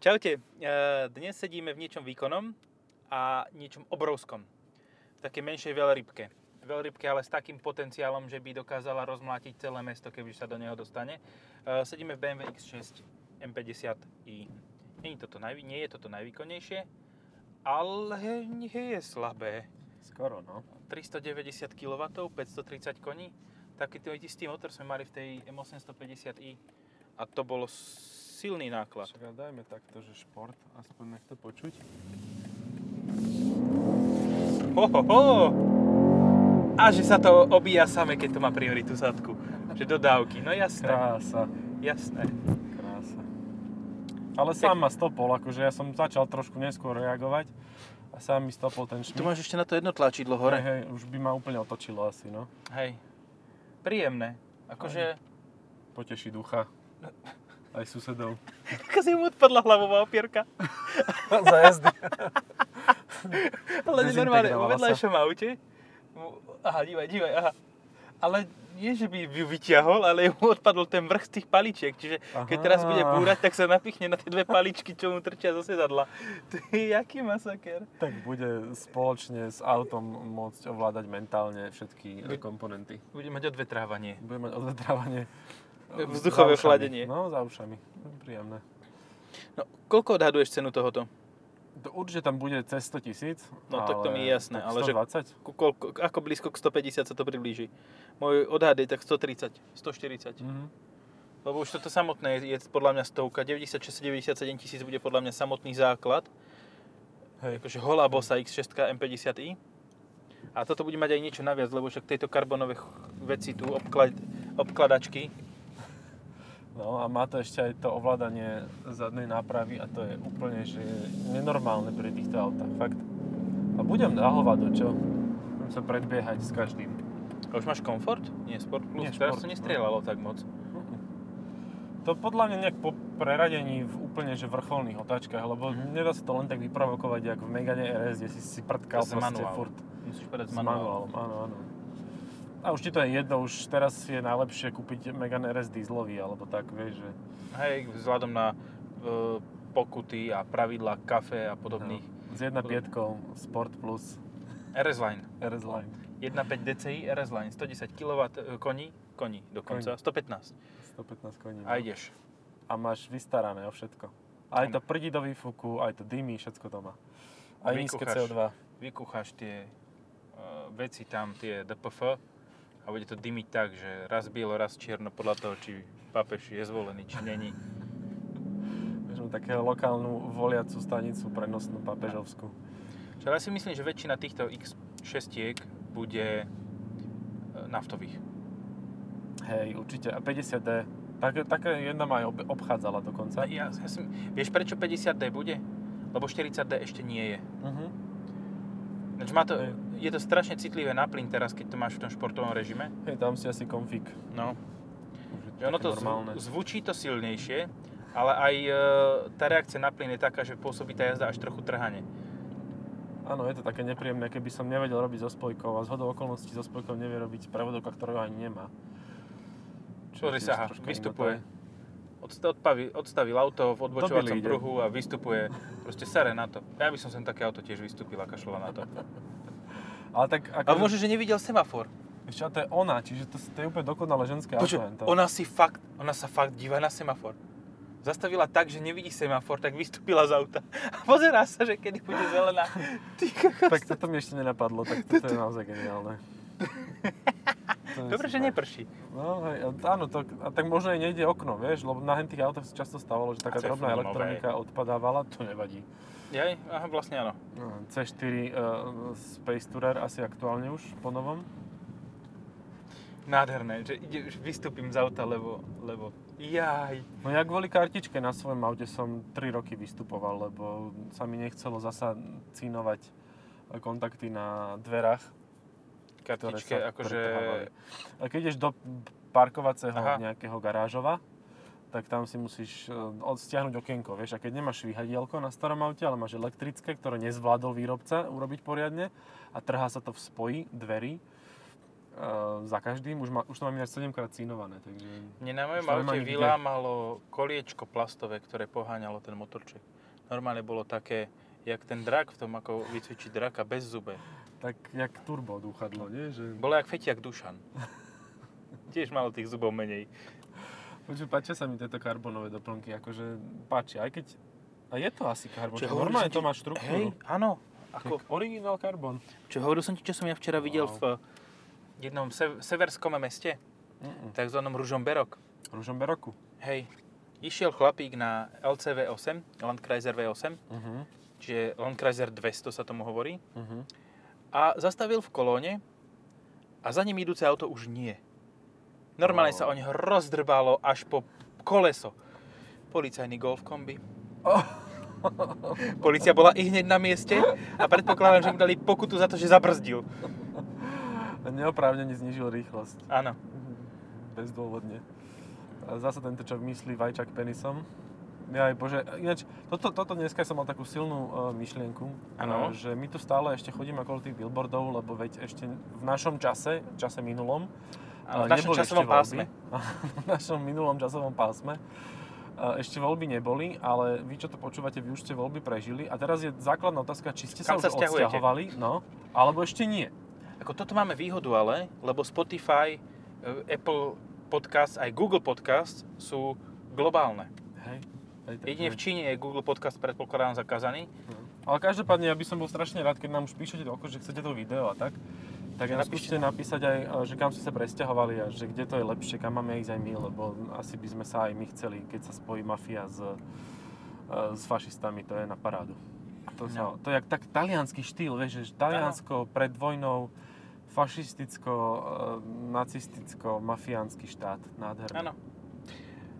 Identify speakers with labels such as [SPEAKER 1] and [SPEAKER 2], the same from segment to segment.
[SPEAKER 1] Čaute, Eh, dnes sedíme v niečom výkonom a niečom obrovskom. V takej menšej veľrybke. Veľrybke ale s takým potenciálom, že by dokázala rozmlátiť celé mesto, keby sa do neho dostane. Eh, Sedíme v BMW X6 M50i. Nie je toto, najvý, nie je toto najvýkonnejšie, ale nie je slabé.
[SPEAKER 2] Skoro, no.
[SPEAKER 1] 390 kW, 530 koní. Taký ten istý motor sme mali v tej M850i a to bolo silný náklad.
[SPEAKER 2] Však ale dajme takto, že šport, aspoň nech to počuť.
[SPEAKER 1] Ho, ho, ho. A že sa to obíja same, keď to má prioritu zadku. Že dodávky, no jasné,
[SPEAKER 2] Krása,
[SPEAKER 1] jasné.
[SPEAKER 2] krása. Ale sám ma stopol, akože ja som začal trošku neskôr reagovať a sám mi stopol ten šmik.
[SPEAKER 1] Tu máš ešte na to jedno tlačidlo
[SPEAKER 2] hej,
[SPEAKER 1] hore.
[SPEAKER 2] hej, už by ma úplne otočilo asi, no.
[SPEAKER 1] Hej. Príjemné. Akože,
[SPEAKER 2] Poteší ducha. Aj susedov.
[SPEAKER 1] ako si mu odpadla hlavová opierka.
[SPEAKER 2] Za jazdy.
[SPEAKER 1] Ale normálne, vo
[SPEAKER 2] Dezintegrovala sa.
[SPEAKER 1] vedľajšom aute. mu- Aha, dívaj, dívaj, aha. Ale nie, že by ju vyťahol, ale mu odpadol ten vrch z tých paličiek. Čiže keď teraz bude
[SPEAKER 2] Aha.
[SPEAKER 1] búrať, tak sa napichne na tie dve paličky, čo mu trčia zo sedadla. To je jaký masaker.
[SPEAKER 2] Tak bude spoločne s autom môcť ovládať mentálne všetky e, komponenty.
[SPEAKER 1] Bude mať odvetrávanie.
[SPEAKER 2] Bude mať odvetrávanie e,
[SPEAKER 1] Vzduchové
[SPEAKER 2] za ušami.
[SPEAKER 1] chladenie.
[SPEAKER 2] No, za ušami. Príjemné.
[SPEAKER 1] No, koľko odhaduješ cenu tohoto?
[SPEAKER 2] To určite tam bude cez 100 tisíc.
[SPEAKER 1] No, tak to mi je jasné, ale že-
[SPEAKER 2] 120?
[SPEAKER 1] Ku koľko, ako blízko k 150 sa to priblíži? Môj odhad je tak 130, 140.
[SPEAKER 2] Mhm.
[SPEAKER 1] Lebo už toto samotné je, je podľa mňa stovka. 96-97 tisíc bude podľa mňa samotný základ.
[SPEAKER 2] Hej.
[SPEAKER 1] Akože holá bossa X6 M50i. A toto bude mať aj niečo naviac, lebo však tejto karbonové ch- veci tu, obklad, obkladačky.
[SPEAKER 2] No a má to ešte aj to ovládanie zadnej nápravy a to je úplne že nenormálne pri týchto autách, fakt. A budem nahovať do čo? Budem sa predbiehať s každým.
[SPEAKER 1] A už máš komfort? Nie, Sport Plus.
[SPEAKER 2] Nie,
[SPEAKER 1] Teraz to
[SPEAKER 2] Sport, no.
[SPEAKER 1] nestrieľalo tak moc.
[SPEAKER 2] Mhm. To podľa mňa nejak po preradení v úplne že vrcholných otáčkach, lebo
[SPEAKER 1] Mhm.
[SPEAKER 2] nedá sa to len tak vyprovokovať, jak v Megane RS, kde si si prtkal
[SPEAKER 1] To s
[SPEAKER 2] proste
[SPEAKER 1] manuálom.
[SPEAKER 2] furt.
[SPEAKER 1] Musíš povedať
[SPEAKER 2] S
[SPEAKER 1] s manuálom.
[SPEAKER 2] manuálom, áno, áno. A už ti to je jedno, už teraz je najlepšie kúpiť Megane RS dieselový, alebo tak, vieš, že...
[SPEAKER 1] Hej, vzhľadom na e, pokuty a pravidla kafe a podobných.
[SPEAKER 2] S 1.5 Sport Plus
[SPEAKER 1] RS Line.
[SPEAKER 2] RS
[SPEAKER 1] No.
[SPEAKER 2] Line.
[SPEAKER 1] 1.5 DCI RS Line. 110 kW e, koní, koní dokonca. 115.
[SPEAKER 2] 115 koní. no.
[SPEAKER 1] A ideš.
[SPEAKER 2] A máš vystarané o všetko. Aj
[SPEAKER 1] Áno.
[SPEAKER 2] to prdí do výfuku, aj to dymí, všetko to má. Aj nízke
[SPEAKER 1] Vykucháš.
[SPEAKER 2] CO2.
[SPEAKER 1] Vykúcháš tie e, veci tam, tie DPF a bude to dymiť tak, že raz bielo, raz čierno podľa toho, či papež je zvolený, či není.
[SPEAKER 2] Vieš, mám také lokálnu voliacu stanicu prenosnú papežovskú.
[SPEAKER 1] Čo ja si myslím, že väčšina týchto X6 bude e, naftových.
[SPEAKER 2] Hej, určite. A 50D. Také, také jedna ma aj ob, obchádzala dokonca.
[SPEAKER 1] Ja, ja si, vieš prečo 50D bude? Lebo 40D ešte nie je.
[SPEAKER 2] Mhm.
[SPEAKER 1] Ináč má to,
[SPEAKER 2] Hej.
[SPEAKER 1] je to strašne citlivé na plyn teraz, keď to máš v tom športovom režime.
[SPEAKER 2] Hej, tam si asi konfig.
[SPEAKER 1] No.
[SPEAKER 2] Už je
[SPEAKER 1] Že ono
[SPEAKER 2] také
[SPEAKER 1] no to
[SPEAKER 2] normálne.
[SPEAKER 1] zvu, zvučí to silnejšie, ale aj e, tá reakcia na plyn je taká, že pôsobí tá jazda až trochu trhane.
[SPEAKER 2] Áno, je to také nepríjemné, keby som nevedel robiť so spojkou a zhodou okolností so spojkou nevie robiť prevodovka, ktorého ani nemá. Čo
[SPEAKER 1] Pozri
[SPEAKER 2] je
[SPEAKER 1] sa,
[SPEAKER 2] tiež
[SPEAKER 1] aha,
[SPEAKER 2] troška
[SPEAKER 1] vystupuje.
[SPEAKER 2] iná tá-
[SPEAKER 1] Odsta- odpavi- odstavil auto v odbočovacom
[SPEAKER 2] ide.
[SPEAKER 1] pruhu a vystupuje. Proste sere na to. Ja by som sem také auto tiež vystúpil a kašľala na to.
[SPEAKER 2] Ale tak, ako,
[SPEAKER 1] Ale možno, že nevidel semafor.
[SPEAKER 2] ešte ale to je ona, čiže to, to je úplne dokonale ženské
[SPEAKER 1] Počuj,
[SPEAKER 2] auto. len to.
[SPEAKER 1] ona, si fakt, ona sa fakt díva na semafor. Zastavila tak, že nevidí semafor, tak vystúpila z auta. A pozerá sa, že kedy bude zelená. Ty kokos.
[SPEAKER 2] Tak toto mi ešte nenapadlo, tak toto je naozaj geniálne. To je
[SPEAKER 1] Dobre, že
[SPEAKER 2] super.
[SPEAKER 1] neprší.
[SPEAKER 2] No, hej, a- áno, to, a tak možno aj nejde okno, vieš, lebo na hentých autách sa často stávalo, že taká
[SPEAKER 1] to je furt
[SPEAKER 2] drobná
[SPEAKER 1] nové.
[SPEAKER 2] elektronika odpadávala, to nevadí.
[SPEAKER 1] Jaj? Aha, vlastne áno.
[SPEAKER 2] No, C4 uh, Space Tourer asi aktuálne už po novom.
[SPEAKER 1] Nádherné, že ide, že vystúpim z auta, lebo, lebo, jaj.
[SPEAKER 2] No ja kvôli kartičke na svojom aute som 3 roky vystupoval, lebo sa mi nechcelo zasa cínovať kontakty na dverách, ktoré
[SPEAKER 1] Kartičke,
[SPEAKER 2] sa
[SPEAKER 1] akože,
[SPEAKER 2] pretrhávali. A keď ideš do parkovacieho
[SPEAKER 1] Aha.
[SPEAKER 2] nejakého garážova, tak tam si musíš e, odstiahnuť okienko, vieš, a keď nemáš vyhadielko na starom aute, ale máš elektrické, ktoré nezvládol výrobca urobiť poriadne a trhá sa to v spoji dverí, e, eh, za každým, už, má, už to mám ináč 7 krát cínované, takže...
[SPEAKER 1] Mne na mojom
[SPEAKER 2] Už to nemá
[SPEAKER 1] aute
[SPEAKER 2] nikde.
[SPEAKER 1] vylámalo koliečko plastové, ktoré poháňalo ten motorček. Normálne bolo také, jak ten drak v tom, ako vycvičiť draka bez zube.
[SPEAKER 2] Tak jak turbo dúchadlo, nie? Že...
[SPEAKER 1] Bolo jak fetiak Dušan. Tiež malo tých zubov menej.
[SPEAKER 2] Počuj, páčia sa mi tieto karbonové doplnky, akože páči, aj keď... A je to asi karbon,
[SPEAKER 1] Čo hovoríš,
[SPEAKER 2] normálne
[SPEAKER 1] že ti-
[SPEAKER 2] to má
[SPEAKER 1] Hej,
[SPEAKER 2] štruktúru.
[SPEAKER 1] áno.
[SPEAKER 2] Ako
[SPEAKER 1] Ako,
[SPEAKER 2] originál karbon.
[SPEAKER 1] čo hovoril som ti, čo som ja včera videl
[SPEAKER 2] Wow.
[SPEAKER 1] v jednom sev- severskom meste, takzvanom Ružomberok.
[SPEAKER 2] Rúžom beroku.
[SPEAKER 1] Hej, išiel chlapík na LCV8, Landkreiser V8,
[SPEAKER 2] Uh-huh.
[SPEAKER 1] čiže Landkreiser 200 sa tomu hovorí.
[SPEAKER 2] Uh-huh.
[SPEAKER 1] a zastavil v kolóne a za ním idúce auto už nie. Normálne
[SPEAKER 2] Wow.
[SPEAKER 1] sa o neho rozdrbalo až po koleso. Policajný golf kombi. Polícia bola i hneď na mieste a predpokladám, že mu dali pokutu za to, že zabrzdil.
[SPEAKER 2] Neoprávnene znižil rýchlosť.
[SPEAKER 1] Áno.
[SPEAKER 2] Bezdôvodne. A zase tento, čo myslí vajčak penisom. Ja aj bože, ináč, toto, toto dneska som mal takú silnú uh, myšlienku,
[SPEAKER 1] Áno.
[SPEAKER 2] eh, že my tu stále ešte chodíme okolo tých billboardov, lebo veď ešte v našom čase, v čase minulom,
[SPEAKER 1] Áno,
[SPEAKER 2] eh,
[SPEAKER 1] v našom
[SPEAKER 2] neboli
[SPEAKER 1] časovom
[SPEAKER 2] ešte voľby.
[SPEAKER 1] pásme.
[SPEAKER 2] v našom minulom časovom pásme eh, ešte voľby neboli, ale vy, čo to počúvate, vy už ste voľby prežili. A teraz je základná otázka, či ste
[SPEAKER 1] Kam
[SPEAKER 2] sa
[SPEAKER 1] sa
[SPEAKER 2] už
[SPEAKER 1] sťahujete?
[SPEAKER 2] odsťahovali, no, alebo ešte nie.
[SPEAKER 1] Ako toto máme výhodu ale, lebo Spotify, e, Apple Podcast aj Google Podcast sú globálne.
[SPEAKER 2] Hej. Hej, takže-
[SPEAKER 1] Jedine v Číne je Google Podcast predpokladám zakázaný.
[SPEAKER 2] Mhm. Ale každopádne, ja by som bol strašne rád, keď nám už píšete do oko, že chcete to video a tak.
[SPEAKER 1] Že
[SPEAKER 2] Tak nám
[SPEAKER 1] napíšte
[SPEAKER 2] skúste napísať aj, e, že kam ste sa presťahovali a že kde to je lepšie, kam máme ísť aj my, lebo asi by sme sa aj my chceli, keď sa spojí mafia s, e, s fašistami, to je na parádu. To,
[SPEAKER 1] No.
[SPEAKER 2] sa, to je jak tak talianský štýl, vieš, že Taliansko pred vojnou, fašisticko, e, nacisticko, mafiánsky štát, nádherné.
[SPEAKER 1] Áno.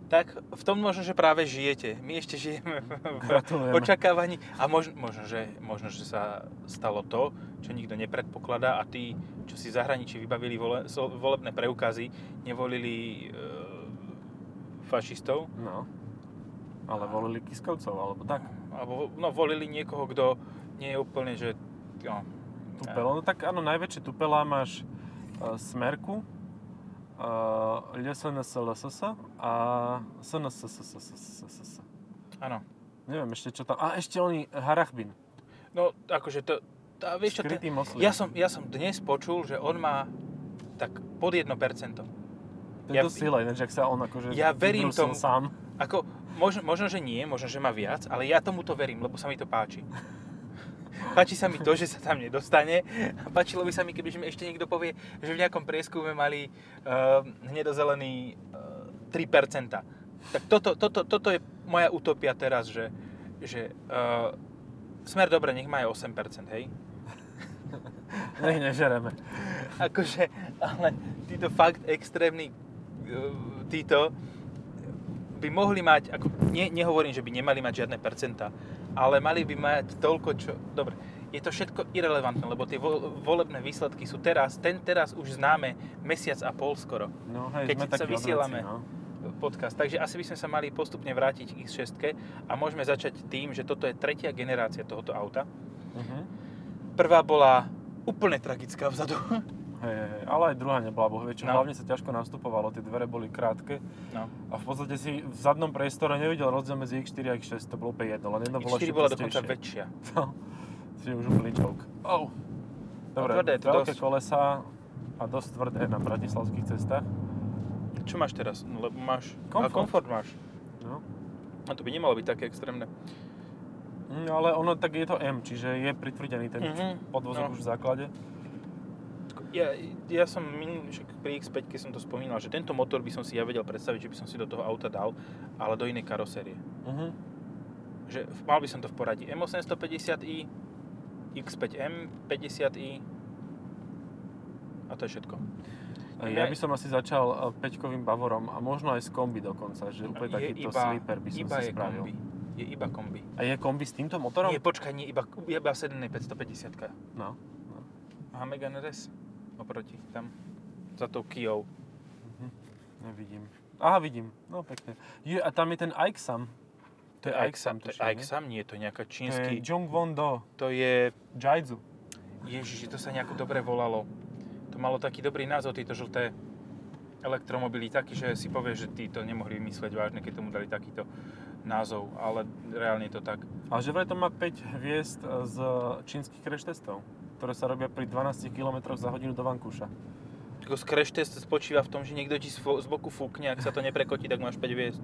[SPEAKER 1] Tak v tom možno, že práve žijete. My ešte žijeme v
[SPEAKER 2] Gratulujem.
[SPEAKER 1] očakávaní. A možno, možno, že, možno, že sa stalo to, čo nikto nepredpokladá a tí, čo si v zahraničí vybavili vole, so- volebné preukazy, nevolili e, fašistov,
[SPEAKER 2] No. Ale volili Kiskovcov, alebo tak.
[SPEAKER 1] alebo no, volili niekoho, kto nie je úplne, že... No,
[SPEAKER 2] Tupelo, no tak áno, najväčšie tupela máš e, Smerku, e, LSNS, LSS a SNSSSSSS.
[SPEAKER 1] áno.
[SPEAKER 2] Neviem ešte čo tam, a ešte oni, Harachbin,
[SPEAKER 1] No, akože to... Tá, vieš, čo, ten-
[SPEAKER 2] skrytý moslim.
[SPEAKER 1] ja, som, ja som dnes počul, že on má tak pod 1%.
[SPEAKER 2] to je
[SPEAKER 1] ja-
[SPEAKER 2] ja, dosť sila, ináč, ak sa on akože
[SPEAKER 1] Ja verím
[SPEAKER 2] vybrúsil
[SPEAKER 1] tomu.
[SPEAKER 2] sám.
[SPEAKER 1] Ako, možno, možno, že nie, možno, že má viac, ale ja tomu to verím, lebo sa mi to páči. Páči sa mi to, že sa tam nedostane. a Páčilo by sa mi, keby mi ešte niekto povie, že v nejakom prieskume mali uh, hnedozelený uh, 3%. Tak toto, toto, toto je moja utopia teraz, že, že uh, smer dobre, nech má aj 8%, hej?
[SPEAKER 2] Nech nežereme.
[SPEAKER 1] Akože, ale títo fakt extrémni eh, títo by mohli mať, ako, nie, nehovorím, že by nemali mať žiadne percentá, ale mali by mať toľko, čo... Dobre, je to všetko irrelevantné, lebo tie vo- volebné výsledky sú teraz, ten teraz už známe mesiac a pol skoro
[SPEAKER 2] No hej,
[SPEAKER 1] Keď
[SPEAKER 2] sme
[SPEAKER 1] sa
[SPEAKER 2] takí
[SPEAKER 1] vysielame.
[SPEAKER 2] odveci, no.
[SPEAKER 1] podcast. Takže asi by sme sa mali postupne vrátiť k X6 a môžeme začať tým, že toto je tretia generácia tohoto auta.
[SPEAKER 2] Mhm.
[SPEAKER 1] Prvá bola úplne tragická vzadu.
[SPEAKER 2] Hej, hej, hej, ale aj druhá nebola bohvie, čo
[SPEAKER 1] No.
[SPEAKER 2] hlavne sa ťažko nastupovalo, tie dvere boli krátke
[SPEAKER 1] No.
[SPEAKER 2] a v podstate si v zadnom priestore nevidel rozdiel medzi X4 a X6, to bolo úplne jedno, len jedno bolo
[SPEAKER 1] X4
[SPEAKER 2] ešte
[SPEAKER 1] bola dokonca
[SPEAKER 2] prostejšie.
[SPEAKER 1] väčšia.
[SPEAKER 2] No, si už úplný joke. Oh. Dobre,
[SPEAKER 1] tvrdé je to
[SPEAKER 2] veľké
[SPEAKER 1] dosť.
[SPEAKER 2] kolesa a dosť tvrdé na bratislavských cestách.
[SPEAKER 1] Čo máš teraz? No, lebo máš... A
[SPEAKER 2] Komfort.
[SPEAKER 1] komfort máš.
[SPEAKER 2] No.
[SPEAKER 1] A to by nemalo byť také extrémne.
[SPEAKER 2] Mm, ale ono tak je to M, čiže je pritvrdený ten
[SPEAKER 1] Mhm,
[SPEAKER 2] podvozok
[SPEAKER 1] no.
[SPEAKER 2] už v základe.
[SPEAKER 1] Ja, ja som minulý, však pri X5 keď som to spomínal, že tento motor by som si ja vedel predstaviť, že by som si do toho auta dal, ale do inej karosérie.
[SPEAKER 2] Mhm.
[SPEAKER 1] Že v- mal by som to v poradí M850i, X5M 50i a to je všetko.
[SPEAKER 2] No, Ja
[SPEAKER 1] Ne.
[SPEAKER 2] by som asi začal e, peťkovým bavorom a možno aj z kombi dokonca, že úplne takýto sleeper by som
[SPEAKER 1] iba
[SPEAKER 2] si
[SPEAKER 1] je
[SPEAKER 2] spravil.
[SPEAKER 1] kombi. Je iba kombi.
[SPEAKER 2] A je kombi s týmto motorom?
[SPEAKER 1] Nie, počkaj, nie, iba, iba sedané 550
[SPEAKER 2] No.
[SPEAKER 1] Aha, Megane RS oproti tam za tou Kijou.
[SPEAKER 2] Mhm. Nevidím. Aha, vidím. No pekne. Je, a tam je ten Aixam. To je Aixam,
[SPEAKER 1] to je
[SPEAKER 2] tuším, nie?
[SPEAKER 1] Aixam, nie, to je nejaká
[SPEAKER 2] To je
[SPEAKER 1] čínsky.
[SPEAKER 2] Jongwon Do.
[SPEAKER 1] To je
[SPEAKER 2] Jaizu.
[SPEAKER 1] Ježiš, to sa nejako dobre volalo. To To malo taký dobrý názov, tieto žlté elektromobily, taký, že si povieš, že tí to nemohli vymyslieť vážne, keď tomu dali takýto názov, ale reálne je to tak.
[SPEAKER 2] A že vraj to má 5 hviezd e, z čínskych crash testov, ktoré sa robia pri 12 km za hodinu do Vankúša.
[SPEAKER 1] Tylko crash test spočíva v tom, že niekto ti z fo- z boku fúkne, ak sa to neprekotí, tak máš 5 hviezd.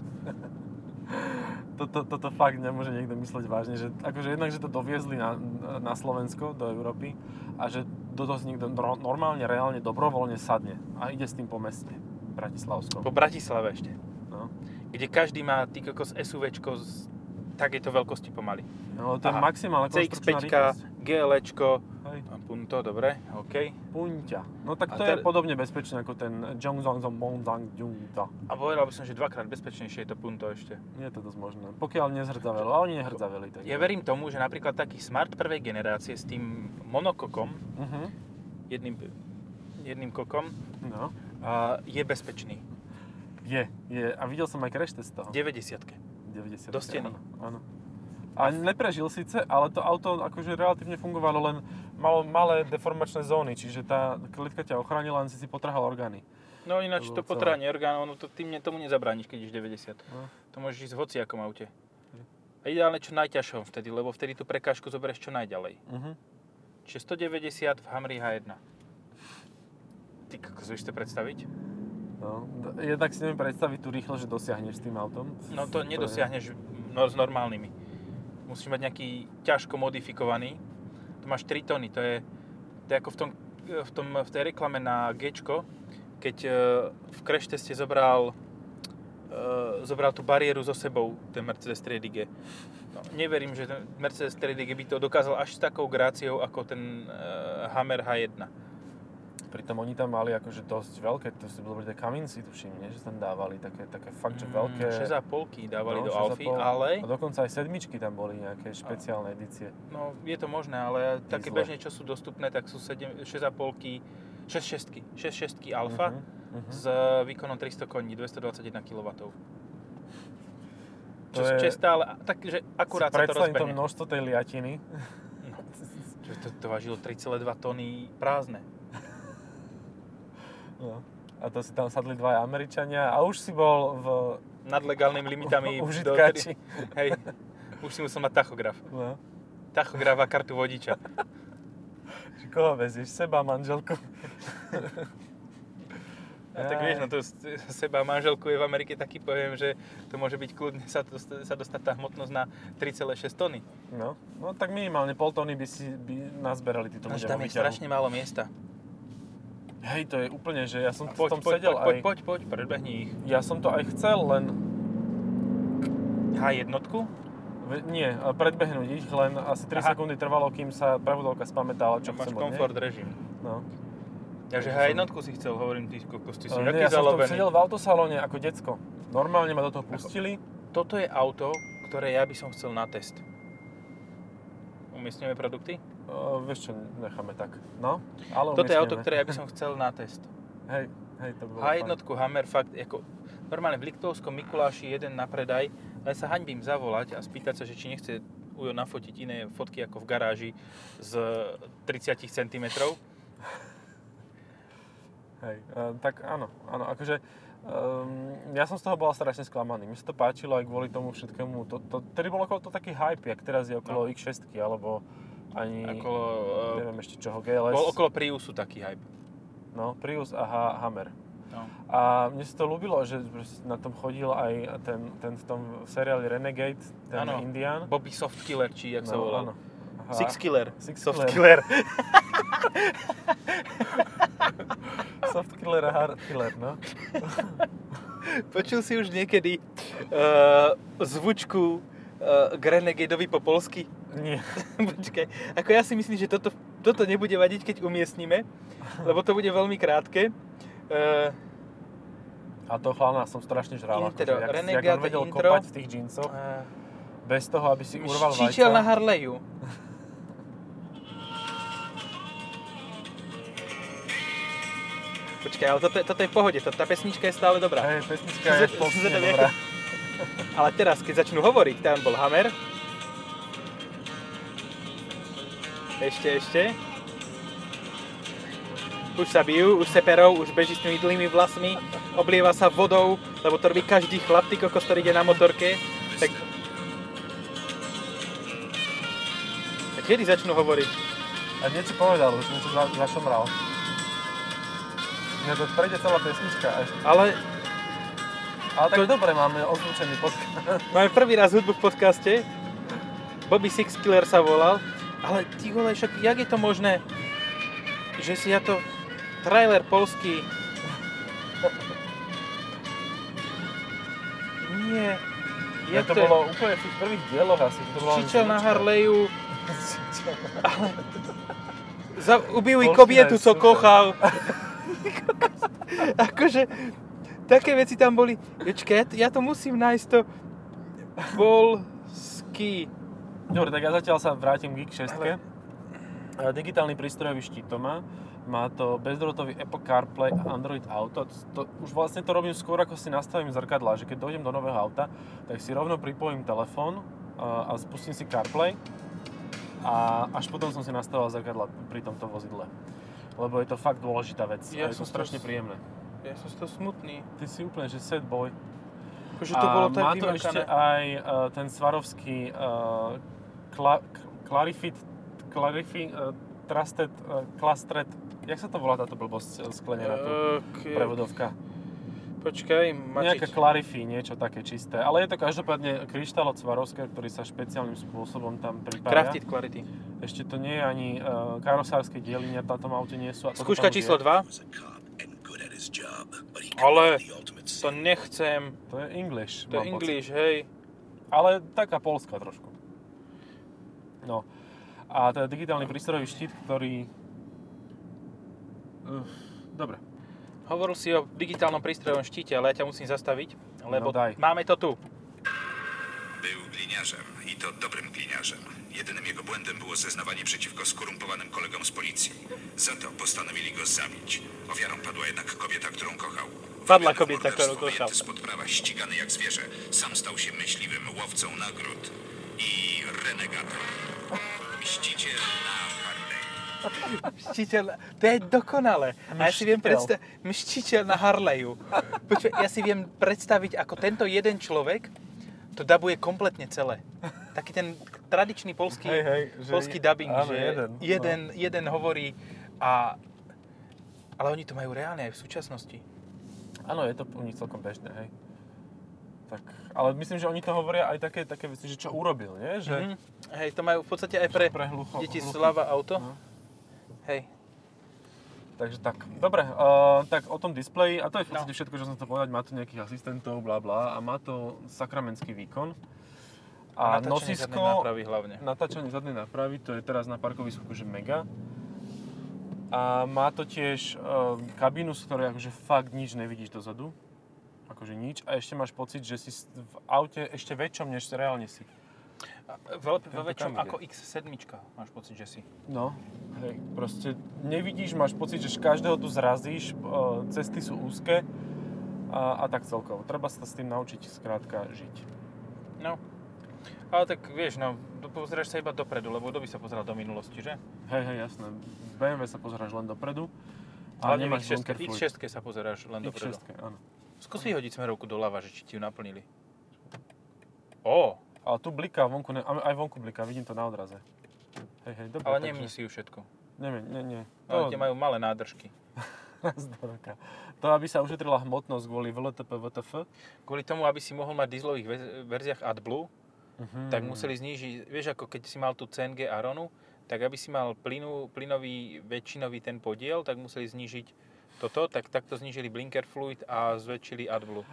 [SPEAKER 2] Toto, toto fakt nemôže niekto mysleť vážne, že akože jednak, že to doviezli na, na Slovensko, do Európy a že do toho si niekto nor- normálne, reálne, dobrovoľne sadne a ide s tým po meste Bratislavskom.
[SPEAKER 1] Po Bratislave ešte,
[SPEAKER 2] No.
[SPEAKER 1] kde každý má ty kokos SUVčko z takéto veľkosti pomaly.
[SPEAKER 2] No, to je
[SPEAKER 1] Aha.
[SPEAKER 2] maximálna
[SPEAKER 1] CX-5,
[SPEAKER 2] konštrukčná rýchlosť.
[SPEAKER 1] GLčko,
[SPEAKER 2] Hej.
[SPEAKER 1] a Punto, dobre, OK.
[SPEAKER 2] Punťa. No
[SPEAKER 1] A
[SPEAKER 2] tak to
[SPEAKER 1] ter-
[SPEAKER 2] je podobne bezpečné ako ten Jongzongzong Bongzang Jungta.
[SPEAKER 1] A povedal by som, že dvakrát bezpečnejšie je to Punto ešte.
[SPEAKER 2] Je to dosť možné. Pokiaľ nezhrdzavelo, a oni nehrdzaveli. Tak...
[SPEAKER 1] Ja verím tomu, že napríklad taký Smart prvej generácie s tým monokokom,
[SPEAKER 2] Uh-huh.
[SPEAKER 1] jedným, jedným kokom,
[SPEAKER 2] No.
[SPEAKER 1] a je bezpečný.
[SPEAKER 2] Je, je. A videl som aj crash test toho.
[SPEAKER 1] V 90
[SPEAKER 2] 90.
[SPEAKER 1] Do steny.
[SPEAKER 2] Áno, áno. A neprežil síce, ale to auto akože relatívne fungovalo, len malo malé deformačné zóny, čiže tá klitka ťa ochránila, len si si potrhal orgány.
[SPEAKER 1] No ináč
[SPEAKER 2] To
[SPEAKER 1] to
[SPEAKER 2] bolo celé.
[SPEAKER 1] potranie orgán, ono to, tým tomu nezabrániš, keď ideš 90.
[SPEAKER 2] No.
[SPEAKER 1] To môžeš ísť v hociakom aute.
[SPEAKER 2] Hm.
[SPEAKER 1] A ideálne čo najťažšom vtedy, lebo vtedy tú prekážku zoberieš čo najďalej.
[SPEAKER 2] Uh-huh.
[SPEAKER 1] Čiže 190 v Humry H1. Ty, ako si to predstaviť?
[SPEAKER 2] No. D- Jednak si neviem predstaviť tú rýchlosť, že dosiahneš s tým autom.
[SPEAKER 1] No to nedosiahneš no, s normálnymi. Musíš mať nejaký ťažko modifikovaný. To máš 3 tony, to je, to je ako v, tom, v, tom, v tej reklame na G, keď e, v crash teste zobral, e, zobral tú bariéru so sebou, ten Mercedes 3D G. No, neverím, že ten Mercedes 3D G by to dokázal až s takou gráciou ako ten e, Hammer H1.
[SPEAKER 2] Pritom oni tam mali akože dosť veľké, to si bolo tie kamienci, tuším, nie? že tam dávali také, také fakt, že veľké...
[SPEAKER 1] 6,5 dávali Mm,
[SPEAKER 2] no,
[SPEAKER 1] do
[SPEAKER 2] 6,5.
[SPEAKER 1] Alfy, ale...
[SPEAKER 2] A dokonca aj sedmičky tam boli nejaké špeciálne edície.
[SPEAKER 1] No, je to možné, ale také
[SPEAKER 2] Diesle.
[SPEAKER 1] bežne, čo sú dostupné, tak sú 7, 6,5, 6,6, 6,6 Alfa
[SPEAKER 2] Mhm, mhm.
[SPEAKER 1] s e, výkonom 300 koní, 221 kW.
[SPEAKER 2] To
[SPEAKER 1] Čo je...
[SPEAKER 2] je-
[SPEAKER 1] čestá, ale takže akurát sa
[SPEAKER 2] Si
[SPEAKER 1] to
[SPEAKER 2] predstavím to
[SPEAKER 1] rozbehne.
[SPEAKER 2] množstvo tej liatiny.
[SPEAKER 1] Čo to, to vážilo 3,2 tony prázdne.
[SPEAKER 2] No. A to si tam sadli dvaja Američania a už si bol v
[SPEAKER 1] Nad legálnymi limitami. do-
[SPEAKER 2] užitkáči.
[SPEAKER 1] Hej, už si musel mať tachograf.
[SPEAKER 2] No.
[SPEAKER 1] Tachograf a kartu vodiča.
[SPEAKER 2] Že Koho vezieš? Seba, manželku?
[SPEAKER 1] A tak
[SPEAKER 2] Aj.
[SPEAKER 1] vieš, no to s- seba manželku je v Amerike taký pojem, že to môže byť kľudne sa, dost- sa dostať tá hmotnosť na 3,6 tony.
[SPEAKER 2] No. no tak minimálne pol tóny by, si, by nazberali títo
[SPEAKER 1] No, že
[SPEAKER 2] ľudia
[SPEAKER 1] tam
[SPEAKER 2] vo
[SPEAKER 1] je
[SPEAKER 2] výťahu.
[SPEAKER 1] strašne málo miesta.
[SPEAKER 2] Hej, to je úplne, že ja som
[SPEAKER 1] Poď,
[SPEAKER 2] v tom
[SPEAKER 1] poď,
[SPEAKER 2] sedel
[SPEAKER 1] poď,
[SPEAKER 2] aj...
[SPEAKER 1] poď, poď, poď, predbehni ich.
[SPEAKER 2] Ja som to aj chcel, len
[SPEAKER 1] H1,
[SPEAKER 2] v- nie, predbehnúť ich, len asi 3
[SPEAKER 1] Aha.
[SPEAKER 2] sekundy trvalo, kým sa prevodovka spamätala,
[SPEAKER 1] čo
[SPEAKER 2] čo
[SPEAKER 1] máš
[SPEAKER 2] chcem od nej.
[SPEAKER 1] komfort režim.
[SPEAKER 2] No.
[SPEAKER 1] Ja že
[SPEAKER 2] Takže
[SPEAKER 1] H1
[SPEAKER 2] som-
[SPEAKER 1] si chcel, hovorím ty, kokos, ty si
[SPEAKER 2] Ale
[SPEAKER 1] taký
[SPEAKER 2] nie, ja som v tom
[SPEAKER 1] zalobený.
[SPEAKER 2] sedel v autosalóne ako decko. Normálne ma do toho pustili.
[SPEAKER 1] Toto je auto, ktoré ja by som chcel na test. Umiestňujeme produkty?
[SPEAKER 2] Uh, vieš čo, necháme tak. No, ale
[SPEAKER 1] Toto je auto,
[SPEAKER 2] umiestnime.
[SPEAKER 1] ktoré ja by som chcel na test.
[SPEAKER 2] Hej, hej, to bolo
[SPEAKER 1] H1
[SPEAKER 2] fajn.
[SPEAKER 1] Hammer fakt, ako, normálne v Liptovskom Mikuláši jeden na predaj, ale sa haňbím zavolať a spýtať sa, že či nechce Ujo nafotiť iné fotky ako v garáži z 30 cm.
[SPEAKER 2] Hej, uh, tak áno, áno, akože um, ja som z toho bol strašne sklamaný. Mi sa to páčilo aj kvôli tomu všetkému. To, to, tedy bolo okolo to taký hype, jak teraz je okolo X6, alebo ani,
[SPEAKER 1] No. Okolo, e,
[SPEAKER 2] neviem ešte čoho, GLS.
[SPEAKER 1] bol okolo Priusu taký hype.
[SPEAKER 2] No, Prius a Ha- Hammer.
[SPEAKER 1] No.
[SPEAKER 2] A mne sa to ľúbilo, že proste na tom chodil aj ten, ten v tom seriáli Renegade, ten
[SPEAKER 1] Áno.
[SPEAKER 2] Indian.
[SPEAKER 1] Bobby Soft Killer, či jak sa volá.
[SPEAKER 2] No, áno. Aha.
[SPEAKER 1] Six Killer.
[SPEAKER 2] Six
[SPEAKER 1] Soft
[SPEAKER 2] Killer.
[SPEAKER 1] Killer.
[SPEAKER 2] Soft killer a hard killer, no.
[SPEAKER 1] Počul si už niekedy uh, zvučku uh, Grenegadeovi po polsky?
[SPEAKER 2] Nie.
[SPEAKER 1] Počkaj, ako ja si myslím, že toto, toto nebude vadiť, keď umiestnime, lebo to bude veľmi krátke. Uh,
[SPEAKER 2] A toho chlana som strašne žral.
[SPEAKER 1] Intro,
[SPEAKER 2] akože, jak, jak
[SPEAKER 1] Renegade
[SPEAKER 2] on vedel
[SPEAKER 1] intro.
[SPEAKER 2] kopať v tých džínsoch,
[SPEAKER 1] uh,
[SPEAKER 2] bez toho, aby No, si urval
[SPEAKER 1] Čičel na
[SPEAKER 2] vajca.
[SPEAKER 1] Harleju. Počkaj, ale toto, je- toto je v pohode, to, tá pesnička je stále dobrá.
[SPEAKER 2] Hej, pesnička
[SPEAKER 1] Som
[SPEAKER 2] je
[SPEAKER 1] zve-
[SPEAKER 2] v
[SPEAKER 1] som
[SPEAKER 2] polsine,
[SPEAKER 1] zvedavý,
[SPEAKER 2] dobrá.
[SPEAKER 1] ako- Ale teraz, keď začnú hovoriť, tam bol Hammer. Ešte, ešte. už sa bijú, už se perou, už beží s tými dlhými vlasmi, oblieva sa vodou, lebo to robí každý chlap, ty kokos, ktorý ide na motorke. Tak... A kedy začnú hovoriť?
[SPEAKER 2] A niečo povedal, už niečo za- zašomral. Mne to prejde celá pesnička až.
[SPEAKER 1] Ale
[SPEAKER 2] Ale tak
[SPEAKER 1] To-
[SPEAKER 2] dobre, máme ozvučený podcast.
[SPEAKER 1] Máme prvý raz hudbu v podcaste. Bobby Sixkiller sa volal. Ale ty vole, však jak je to možné, že si ja to trailer polský... Nie.
[SPEAKER 2] Ja to, bolo úplne v tých prvých dieloch asi. To bolo len
[SPEAKER 1] Křičel na
[SPEAKER 2] značka.
[SPEAKER 1] Harleju,
[SPEAKER 2] Křičel.
[SPEAKER 1] za, ubijuj
[SPEAKER 2] Polština
[SPEAKER 1] kobietu,
[SPEAKER 2] je
[SPEAKER 1] co
[SPEAKER 2] super.
[SPEAKER 1] kochal. akože, také veci tam boli. Počkaj, ja, to- ja to musím nájsť to. Polský.
[SPEAKER 2] Dobre, tak ja zatiaľ sa vrátim k X6.
[SPEAKER 1] Ale-
[SPEAKER 2] Ale... Digitálny prístrojový štít to má. Má to bezdrôtový Apple CarPlay a Android Auto. To, to, už vlastne to robím skôr, ako si nastavím zrkadla, že keď dojdem do nového auta, tak si rovno pripojím telefón a, a spustím si CarPlay a až potom som si nastavil zrkadla pri tomto vozidle. Lebo je to fakt dôležitá vec
[SPEAKER 1] Ja
[SPEAKER 2] a je
[SPEAKER 1] som to
[SPEAKER 2] to strašne
[SPEAKER 1] s-
[SPEAKER 2] príjemné.
[SPEAKER 1] Ja som z toho smutný.
[SPEAKER 2] Ty si úplne, že sad boy.
[SPEAKER 1] Akože to bolo tak
[SPEAKER 2] má to ešte
[SPEAKER 1] vymakané.
[SPEAKER 2] aj uh, ten svarovský uh, kla, k- Clarifit, Clarifi, uh, Trusted, uh, Clustered, jak sa to volá táto blbosť e,
[SPEAKER 1] Eh,
[SPEAKER 2] sklenená tu?
[SPEAKER 1] Okay.
[SPEAKER 2] Prevodovka.
[SPEAKER 1] Počkaj,
[SPEAKER 2] Nejaké
[SPEAKER 1] Mačič.
[SPEAKER 2] Clarify, niečo také čisté. Ale je to každopádne kryštál od Svarovského, ktorý sa špeciálnym spôsobom tam pripája.
[SPEAKER 1] Crafted Clarity.
[SPEAKER 2] Ešte to nie je ani uh, karosárske dieliny na tom aute nie sú. a toto
[SPEAKER 1] Skúška
[SPEAKER 2] tam už
[SPEAKER 1] číslo
[SPEAKER 2] je.
[SPEAKER 1] 2.
[SPEAKER 3] was a cop and good at his job, but he
[SPEAKER 1] Ale-
[SPEAKER 3] committed the ultimate
[SPEAKER 1] To
[SPEAKER 3] sin.
[SPEAKER 1] nechcem.
[SPEAKER 2] To je English.
[SPEAKER 1] To je
[SPEAKER 2] mám pocit.
[SPEAKER 1] English, hej.
[SPEAKER 2] ale taká polská trošku. No. A teda digitálny prístrojový štít, ktorý... Uf, dobre.
[SPEAKER 1] Hovoril si o digitálnom prístrojom štíte, ale ja ťa musím zastaviť, lebo
[SPEAKER 2] No daj.
[SPEAKER 1] máme to tu.
[SPEAKER 3] Był gliniarzem i to dobrym gliniarzem. Jedynym jego błędem było zeznawanie przeciwko skorumpowanym kolegom z policji. Za to postanowili go zabić. Ofiarą padła jednak kobieta, którą kochał. W
[SPEAKER 1] Padła
[SPEAKER 3] zamian
[SPEAKER 1] kobieta, którą
[SPEAKER 3] morderstwo
[SPEAKER 1] kochał.
[SPEAKER 3] wyjęty Spod prawa ścigany jak zwierzę. Sam stał się myśliwym, łowcą nagród i renegatą. Mściciel na Harley.
[SPEAKER 1] Mštiteľ, to je dokonale. A ja si viem
[SPEAKER 2] Mštiteľ.
[SPEAKER 1] predstaviť, mštiteľ na Harleju. Počuj, ja si viem predstaviť, ako tento jeden človek to dabuje kompletne celé. Taký ten tradičný polský,
[SPEAKER 2] Hej, hej, že
[SPEAKER 1] polský
[SPEAKER 2] je-
[SPEAKER 1] dubbing,
[SPEAKER 2] áno,
[SPEAKER 1] že
[SPEAKER 2] jeden, no.
[SPEAKER 1] jeden, jeden hovorí a... Ale oni to majú reálne aj v súčasnosti.
[SPEAKER 2] Áno, je to u nich celkom bežné, hej. Tak, ale myslím, že oni to hovoria aj také, také veci, že čo urobil, nie? Že
[SPEAKER 1] Mhm. Hej, to majú v podstate aj pre,
[SPEAKER 2] pre hlucho,
[SPEAKER 1] deti
[SPEAKER 2] hluchých.
[SPEAKER 1] Slava Auto.
[SPEAKER 2] No.
[SPEAKER 1] Hej.
[SPEAKER 2] Takže tak, dobre, uh, tak o tom displeji, a to je
[SPEAKER 1] No.
[SPEAKER 2] v podstate všetko, čo som chcel povedať, má to nejakých asistentov, bla bla, a má to sakramentský výkon. A
[SPEAKER 1] natáčanie
[SPEAKER 2] nosisko,
[SPEAKER 1] zadnej nápravy hlavne.
[SPEAKER 2] natáčanie zadnej nápravy, to je teraz na parkovisku akože mega. A má to tiež um, kabínu, z ktorej akože fakt nič nevidíš dozadu. Akože nič. A ešte máš pocit, že si s- v aute ešte väčšom, než reálne si.
[SPEAKER 1] Veľ, vo
[SPEAKER 2] Tento
[SPEAKER 1] väčšom
[SPEAKER 2] kam ide?
[SPEAKER 1] ako X7, máš pocit, že si.
[SPEAKER 2] No, hej, proste nevidíš, máš pocit, že každého tu zrazíš, e, cesty sú úzke a, a tak celkovo. Treba sa s tým naučiť skrátka žiť.
[SPEAKER 1] No. Ale tak vieš, no, do- pozeráš sa iba dopredu, lebo kto by sa pozeral do minulosti, že?
[SPEAKER 2] Hej, hej, jasné. V BMW sa pozeráš len dopredu. A
[SPEAKER 1] Hlavne v X6,
[SPEAKER 2] nemáš bunker
[SPEAKER 1] v
[SPEAKER 2] fluid.
[SPEAKER 1] X6 sa pozeráš len dopredu.
[SPEAKER 2] X6, áno.
[SPEAKER 1] Skús vyhodiť smerovku doľava, že či ti ju naplnili. Ó,
[SPEAKER 2] Ale tu bliká vonku, ne, aj aj vonku bliká, vidím to na odraze. Hej, hej, dobre.
[SPEAKER 1] ale
[SPEAKER 2] takže-
[SPEAKER 1] nemni si ju všetku.
[SPEAKER 2] Nemien, nie, nie.
[SPEAKER 1] No, tie majú malé nádržky.
[SPEAKER 2] raz do roka. To, aby sa ušetrila hmotnosť kvôli VLTP, VTF,
[SPEAKER 1] Kvôli tomu, aby si mohol mať dieselových ve- verziách AdBlue,
[SPEAKER 2] mhm.
[SPEAKER 1] tak museli znížiť, vieš ako keď si mal tú CNG Aronu, tak aby si mal plynu, plynový väčšinový ten podiel, tak museli znížiť toto, tak takto znížili blinker fluid a zväčšili AdBlue.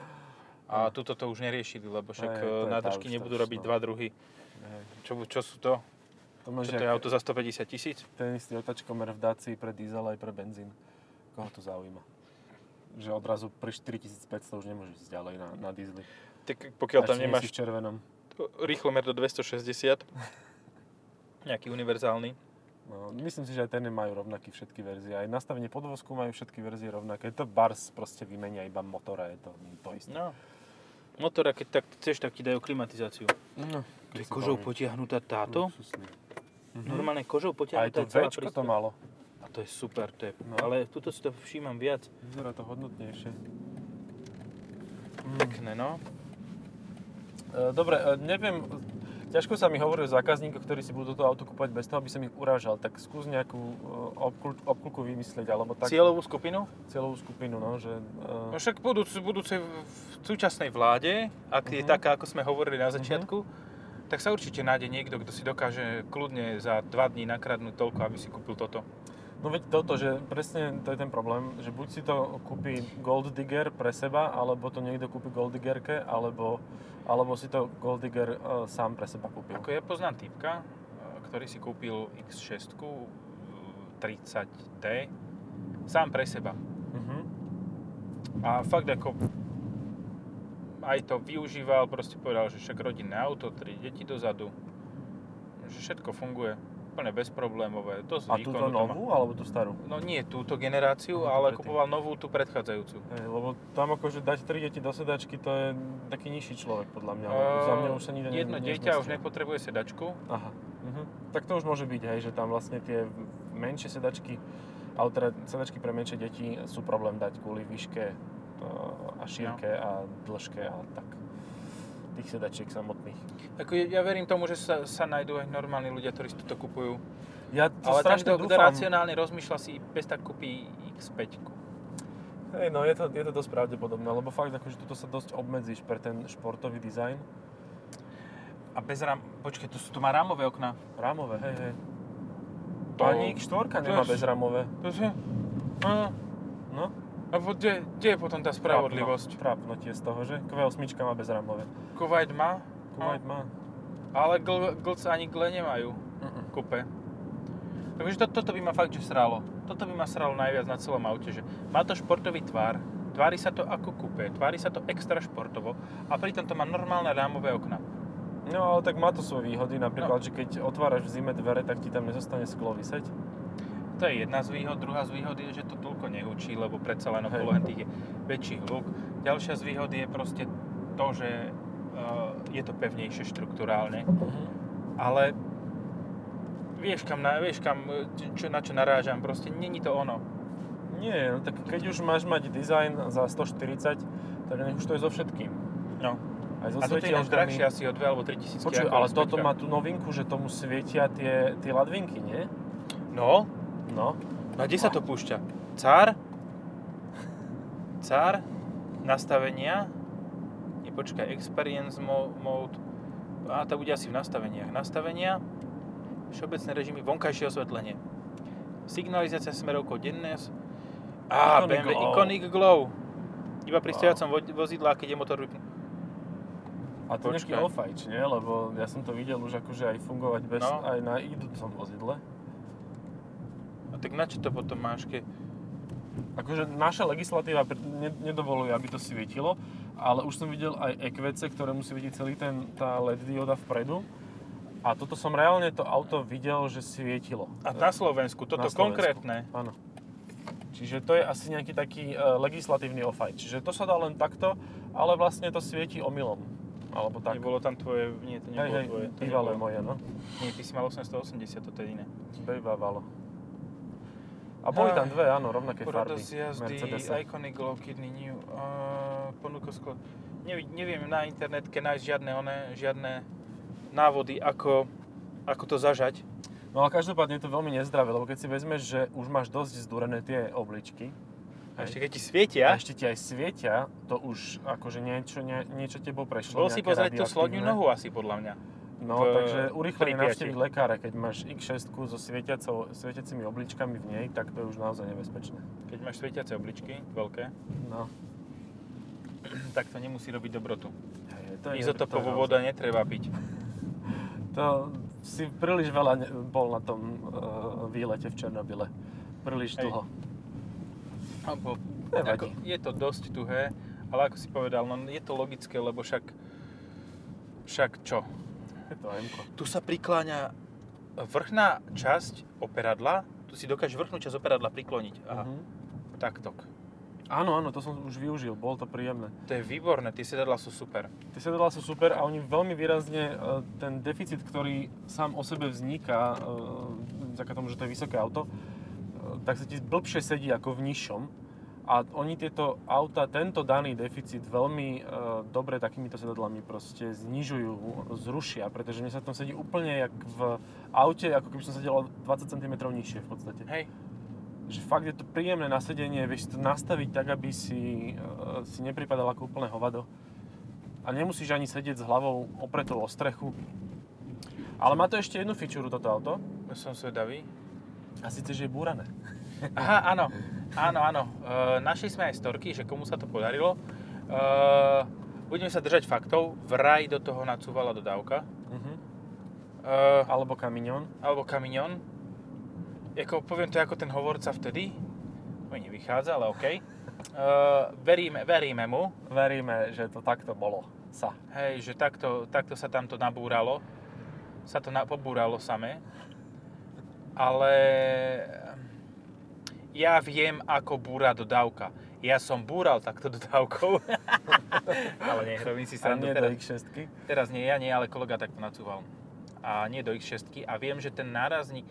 [SPEAKER 1] A tuto to už neriešili, lebo však
[SPEAKER 2] Hej,
[SPEAKER 1] e,
[SPEAKER 2] to Mm. No je tá
[SPEAKER 1] nádržky
[SPEAKER 2] už- to
[SPEAKER 1] nebudú
[SPEAKER 2] už
[SPEAKER 1] robiť
[SPEAKER 2] no.
[SPEAKER 1] dva druhy.
[SPEAKER 2] Hej.
[SPEAKER 1] Čo, bu- čo sú to?
[SPEAKER 2] To máš
[SPEAKER 1] Čo to je
[SPEAKER 2] jak
[SPEAKER 1] auto za 150 tisíc?
[SPEAKER 2] ten istý otačkomer v Daci pre diesel aj pre benzín. Koho to zaujíma? Že odrazu pri 4500 už nemôžeš ísť ďalej na, na diesely.
[SPEAKER 1] Tak pokiaľ tam
[SPEAKER 2] Ešte nie
[SPEAKER 1] nemáš
[SPEAKER 2] si v červenom.
[SPEAKER 1] rýchlomer do 260, nejaký univerzálny.
[SPEAKER 2] No, myslím si, že aj ten majú rovnaký všetky verzie. Aj nastavenie podvozku majú všetky verzie rovnaké. To Bars proste vymenia iba motora, je to to isté.
[SPEAKER 1] No. Motora, keď tak chceš, tak ti dajú klimatizáciu.
[SPEAKER 2] No,
[SPEAKER 1] To je kožou potiahnutá táto?
[SPEAKER 2] Luxusný.
[SPEAKER 1] Normálne kožou
[SPEAKER 2] Mhm. Aj
[SPEAKER 1] potiahnutá
[SPEAKER 2] to
[SPEAKER 1] celá
[SPEAKER 2] Včko to
[SPEAKER 1] prístroj.
[SPEAKER 2] malo.
[SPEAKER 1] to je super tep.
[SPEAKER 2] No. Hm.
[SPEAKER 1] Ale tuto si to všímam viac.
[SPEAKER 2] Vyzerá to hodnotnejšie.
[SPEAKER 1] Pekné, no.
[SPEAKER 2] Mhm. E, Dobre, e, neviem, ťažko sa mi hovorí o zákazníkoch, ktorí si budú toto auto kúpať bez toho, aby som ich urážal. Tak skús nejakú e, obklu- obkluku vymyslieť, alebo tak
[SPEAKER 1] Cieľovú skupinu?
[SPEAKER 2] cieľovú skupinu, no, že...
[SPEAKER 1] No
[SPEAKER 2] e,
[SPEAKER 1] však budúc, budúcej, v súčasnej vláde, ak je
[SPEAKER 2] Mhm.
[SPEAKER 1] taká, ako sme hovorili na začiatku, tak sa určite nájde niekto, kto si dokáže kľudne za dva dní nakradnúť toľko, aby si kúpil toto.
[SPEAKER 2] No veď toto, že presne to je ten problém, že buď si to kúpi Gold Digger pre seba, alebo to niekto kúpi Gold Diggerke, alebo, alebo si to Gold Digger e, sám pre seba kúpil.
[SPEAKER 1] Ako ja poznám typka, e, ktorý si kúpil X6 e, 30T sám pre seba.
[SPEAKER 2] Mhm.
[SPEAKER 1] A fakt ako aj to využíval, proste povedal, že však rodinné auto, tri deti dozadu, že všetko funguje, úplne bezproblémové, dosť
[SPEAKER 2] A túto
[SPEAKER 1] výkonu to má.
[SPEAKER 2] novú, alebo tú starú?
[SPEAKER 1] No nie túto generáciu,
[SPEAKER 2] No, tú
[SPEAKER 1] ale
[SPEAKER 2] predtým.
[SPEAKER 1] kupoval novú, tú predchádzajúcu.
[SPEAKER 2] Hej, lebo tam akože dať tri deti do sedačky, to je taký nižší človek podľa mňa. lebo za mňa už sa nikto
[SPEAKER 1] Eh, Jedno
[SPEAKER 2] ne,
[SPEAKER 1] dieťa už
[SPEAKER 2] nezmestí.
[SPEAKER 1] nepotrebuje sedačku,
[SPEAKER 2] Aha. Mhm. Tak to už môže byť, hej, že tam vlastne tie menšie sedačky, ale teda sedačky pre menšie deti sú problém dať kvôli výške e, a šírke
[SPEAKER 1] No.
[SPEAKER 2] a dĺžke a tak tých sedačiek samotných.
[SPEAKER 1] Ako ja, ja verím tomu, že sa, sa nájdú aj normálni ľudia, ktorí si toto kupujú.
[SPEAKER 2] Ja to
[SPEAKER 1] Ale ten,
[SPEAKER 2] strašne
[SPEAKER 1] kto, kto
[SPEAKER 2] dúfam.
[SPEAKER 1] racionálne rozmýšľa si, bez tak kúpi X5.
[SPEAKER 2] Hej, no je to, je to dosť pravdepodobné, lebo fakt akože tuto sa dosť obmedzíš pre ten športový dizajn.
[SPEAKER 1] A bez rám... Počkaj, to, sú- to má rámové okná.
[SPEAKER 2] Rámové, hej, hej.
[SPEAKER 1] To-
[SPEAKER 2] Ani X4
[SPEAKER 1] to
[SPEAKER 2] nemá
[SPEAKER 1] je-
[SPEAKER 2] bezramové.
[SPEAKER 1] To je... A,
[SPEAKER 2] No.
[SPEAKER 1] a po- kde, kde je potom tá spravodlivosť?
[SPEAKER 2] Trápno, trápno tie z toho, že? Q8 má bezramové.
[SPEAKER 1] Kuwait má,
[SPEAKER 2] Kuwait má.
[SPEAKER 1] ale gl, glc ani gle nemajú kupe. Takže to, toto by ma fakt, že sralo. Toto by ma sralo najviac na celom aute, že má to športový tvár, tvári sa to ako kupe, tvári sa to extra športovo a pritom to má normálne rámové okna.
[SPEAKER 2] No ale tak má to svoje výhody,
[SPEAKER 1] No.
[SPEAKER 2] napríklad, že keď otváraš v zime dvere, tak ti tam nezostane sklo vysať.
[SPEAKER 1] To je jedna z výhod, druhá z výhod je, že to toľko nehučí, lebo predsa len okolo
[SPEAKER 2] Hej.
[SPEAKER 1] hentých je väčší hluk. Ďalšia z výhod je proste to, že eh, je to pevnejšie štruktúrálne. Mhm. ale vieš kam, na, vieš kam e, čo, na čo narážam, proste není to ono.
[SPEAKER 2] Nie, no tak keď už máš mať dizajn za 140, tak nech už to je so všetkým.
[SPEAKER 1] No.
[SPEAKER 2] Aj so
[SPEAKER 1] A toto je ináč
[SPEAKER 2] svetielkami.
[SPEAKER 1] drahšie asi o 2 alebo 3 tisícky.
[SPEAKER 2] Počuj,
[SPEAKER 1] ako
[SPEAKER 2] ale
[SPEAKER 1] rozpeťka.
[SPEAKER 2] toto má tú novinku, že tomu svietia tie, tie ladvinky, nie?
[SPEAKER 1] No,
[SPEAKER 2] No.
[SPEAKER 1] no kde sa to púšťa? Cár? Cár? Nastavenia? Nie, počkaj, experience mo- mode. A to bude asi v nastaveniach. Nastavenia, všeobecné režimy, vonkajšie osvetlenie. Signalizácia smerovkou denné. s- Á,
[SPEAKER 2] Iconic
[SPEAKER 1] BMW
[SPEAKER 2] Glow.
[SPEAKER 1] Iconic Glow. Iba pri stojacom vo- vozidle, a keď je motor vypnutý.
[SPEAKER 2] A to je nejaký
[SPEAKER 1] Počkaj.
[SPEAKER 2] ofajč, nie? Lebo ja som to videl už akože aj fungovať bez,
[SPEAKER 1] No.
[SPEAKER 2] aj na idúcom vozidle.
[SPEAKER 1] A No tak na čo to potom máš, keď...
[SPEAKER 2] Akože naša legislatíva pr- ne- nedovoluje, aby to svietilo, ale už som videl aj EQC, ktoré musí vidieť celý ten, tá LED dioda vpredu. A toto som reálne to auto videl, že svietilo.
[SPEAKER 1] A na Slovensku, toto
[SPEAKER 2] Na Slovensku.
[SPEAKER 1] konkrétne.
[SPEAKER 2] Áno. Čiže to je asi nejaký taký e, legislatívny ofaj. Čiže to sa dá len takto, ale vlastne to svieti omylom. Alebo tak.
[SPEAKER 1] Nebolo tam tvoje, nie, to
[SPEAKER 2] hej,
[SPEAKER 1] nebolo
[SPEAKER 2] hej,
[SPEAKER 1] tvoje. To
[SPEAKER 2] bývalé
[SPEAKER 1] nebolo.
[SPEAKER 2] moje, no.
[SPEAKER 1] Nie, ty si mal 880, toto je iné.
[SPEAKER 2] Bývalo. A boli tam dve, áno, rovnaké farby.
[SPEAKER 1] Poradosť jazdy,
[SPEAKER 2] Mercedesa.
[SPEAKER 1] Iconic Glow Kidney New, uh, ponuka sklo... Nevi, neviem na internetke nájsť žiadne, one, žiadne návody, ako, ako to zažať.
[SPEAKER 2] No ale každopádne je to veľmi nezdravé, lebo keď si vezmeš, že už máš dosť zdúrené tie obličky,
[SPEAKER 1] A
[SPEAKER 2] Hej.
[SPEAKER 1] ešte keď ti svietia,
[SPEAKER 2] a ešte ti aj svietia, to už akože niečo, nie, niečo tebou
[SPEAKER 1] bol
[SPEAKER 2] prešlo.
[SPEAKER 1] si
[SPEAKER 2] nejaké
[SPEAKER 1] pozrieť tú slodňu
[SPEAKER 2] radioaktívne.
[SPEAKER 1] nohu asi podľa mňa.
[SPEAKER 2] No,
[SPEAKER 1] v-
[SPEAKER 2] takže
[SPEAKER 1] pri
[SPEAKER 2] urýchlenie
[SPEAKER 1] piati.
[SPEAKER 2] navštíviť lekára, keď máš X6 so svietiacou, svietiacimi obličkami v nej, tak to je už naozaj nebezpečné.
[SPEAKER 1] Keď máš svietiace obličky, veľké,
[SPEAKER 2] No,
[SPEAKER 1] tak to nemusí robiť dobrotu.
[SPEAKER 2] hej, to je...
[SPEAKER 1] Izotopovú
[SPEAKER 2] to je
[SPEAKER 1] voda netreba piť.
[SPEAKER 2] naozaj- To si príliš veľa ne, bol na tom uh, výlete v Černobyle. Príliš
[SPEAKER 1] Hej.
[SPEAKER 2] dlho.
[SPEAKER 1] Alebo,
[SPEAKER 2] Nevadí.
[SPEAKER 1] ako, je to dosť tuhé, ale ako si povedal, no, je to logické, lebo však, však čo?
[SPEAKER 2] Je to M-ko.
[SPEAKER 1] Tu sa prikláňa vrchná časť operadla, tu si dokáže vrchnú časť operadla prikloniť. A
[SPEAKER 2] Mhm.
[SPEAKER 1] takto.
[SPEAKER 2] Áno, áno, to som už využil, bolo to príjemné.
[SPEAKER 1] To je výborné, tie sedadla sú super.
[SPEAKER 2] Tie sedadlá sú super a oni veľmi výrazne e, ten deficit, ktorý sám o sebe vzniká, e, vďaka tomu, že to je vysoké auto, e, tak sa ti blbšie sedí ako v nižšom. A oni tieto auta, tento daný deficit veľmi e, dobre takýmito sedadlami proste znižujú, zrušia, pretože mne sa tam sedí úplne jak v aute, ako keby som sedel o 20 cm nižšie v podstate
[SPEAKER 1] Hej,
[SPEAKER 2] že fakt je to príjemné nasedenie, vieš si to nastaviť tak, aby si, e, si nepripadal ako úplne hovado. A nemusíš ani sedieť s hlavou opretou o strechu. Ale má to ešte jednu feature toto auto,
[SPEAKER 1] som zvedavý.
[SPEAKER 2] a síce, že je búrané.
[SPEAKER 1] Aha, áno, áno, áno. E, našli sme aj storky, že komu sa to podarilo. E, budeme sa držať faktov. Vraj do toho nacúvala dodávka. E,
[SPEAKER 2] Alebo kamión.
[SPEAKER 1] alebo kamion. Jako, poviem to ako ten hovorca vtedy. Mi nevychádza, ale OK. E, veríme, veríme mu,
[SPEAKER 2] Veríme, že to takto bolo. Sa.
[SPEAKER 1] hej, že takto, takto sa tam to nabúralo. Sa to na, pobúralo samé. Ale ehm, ja viem, ako búra dodávka. Ja som búral takto dodávkou. ale nie, robím si
[SPEAKER 2] A
[SPEAKER 1] srandu. teda.
[SPEAKER 2] nie do
[SPEAKER 1] teraz,
[SPEAKER 2] X6.
[SPEAKER 1] teraz nie ja, nie, ale kolega takto nacúval. A nie do X6. A viem, že ten nárazník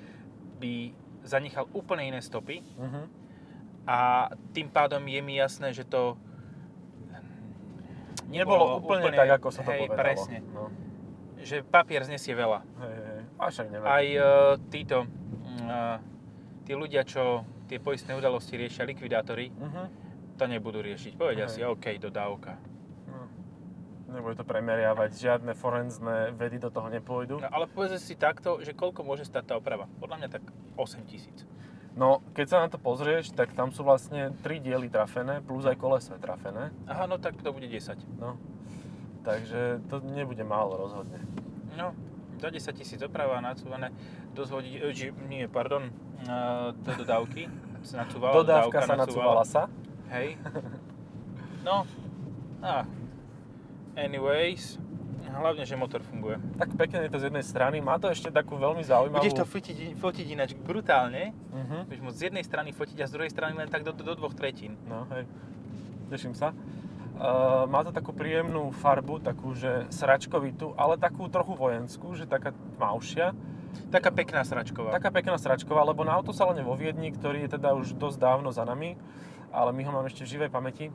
[SPEAKER 1] by zanechal úplne iné stopy.
[SPEAKER 2] Mhm.
[SPEAKER 1] A tým pádom je mi jasné, že to ehm,
[SPEAKER 2] Nebolo úplne, tak, ako sa to
[SPEAKER 1] hej,
[SPEAKER 2] povedalo.
[SPEAKER 1] presne.
[SPEAKER 2] No.
[SPEAKER 1] Že papier znesie veľa.
[SPEAKER 2] Hej, hej. A však nevadí.
[SPEAKER 1] Aj e, títo, mm, e, tí ľudia, čo tie poistné udalosti riešia, likvidátori,
[SPEAKER 2] Mhm.
[SPEAKER 1] to nebudú riešiť. Povedia
[SPEAKER 2] Hej.
[SPEAKER 1] si, OK, dodávka.
[SPEAKER 2] No. Nebude to premeriavať, žiadne forenzné vedy do toho nepôjdu.
[SPEAKER 1] No, ale povedzme si takto, že koľko môže stať tá oprava? Podľa mňa tak 8 tisíc.
[SPEAKER 2] No, keď sa na to pozrieš, tak tam sú vlastne tri diely trafené, plus aj kolesa trafené.
[SPEAKER 1] Aha, no tak to bude 10.
[SPEAKER 2] No. Takže to nebude málo rozhodne.
[SPEAKER 1] No, za 10 tisíc oprava nacúvané, dozvodiť, e, či, nie, pardon, e, do dodávky. Nacúvala,
[SPEAKER 2] Dodávka sa nacúvala sa.
[SPEAKER 1] Hej. No. A. Anyways. Hlavne, že motor funguje.
[SPEAKER 2] Tak pekne je to z jednej strany. Má to ešte takú veľmi zaujímavú...
[SPEAKER 1] Budeš to fotiť, fotiť ináč brutálne.
[SPEAKER 2] Mhm.
[SPEAKER 1] Budeš môcť z jednej strany fotiť a z druhej strany len tak do, do dvoch tretín.
[SPEAKER 2] No, hej. Teším sa. Uh, má to takú príjemnú farbu, takú, že sračkovitú, ale takú trochu vojenskú, že taká tmavšia.
[SPEAKER 1] Taká pekná sračková.
[SPEAKER 2] Taká pekná sračková, lebo na autosalone vo Viedni, ktorý je teda už dosť dávno za nami, ale my ho máme ešte v živej pamäti, e,